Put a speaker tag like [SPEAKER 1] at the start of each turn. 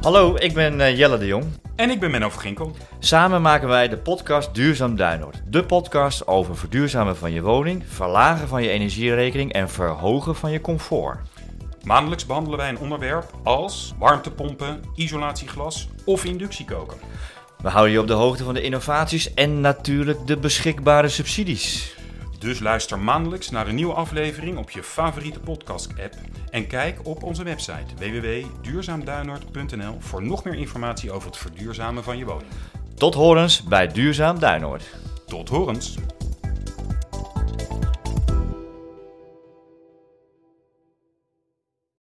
[SPEAKER 1] Hallo, ik ben eh, Jelle de Jong.
[SPEAKER 2] En ik ben Menno Verginkel.
[SPEAKER 1] Samen maken wij de podcast Duurzaam Duinoord. De podcast over verduurzamen van je woning, verlagen van je energierekening en verhogen van je comfort.
[SPEAKER 2] Maandelijks behandelen wij een onderwerp als warmtepompen, isolatieglas of inductiekoken.
[SPEAKER 1] We houden je op de hoogte van de innovaties en natuurlijk de beschikbare subsidies.
[SPEAKER 2] Dus luister maandelijks naar een nieuwe aflevering op je favoriete podcast-app. En kijk op onze website www.duurzaamduinoord.nl voor nog meer informatie over het verduurzamen van je woning.
[SPEAKER 1] Tot horens bij Duurzaam Duinoord.
[SPEAKER 2] Tot horens!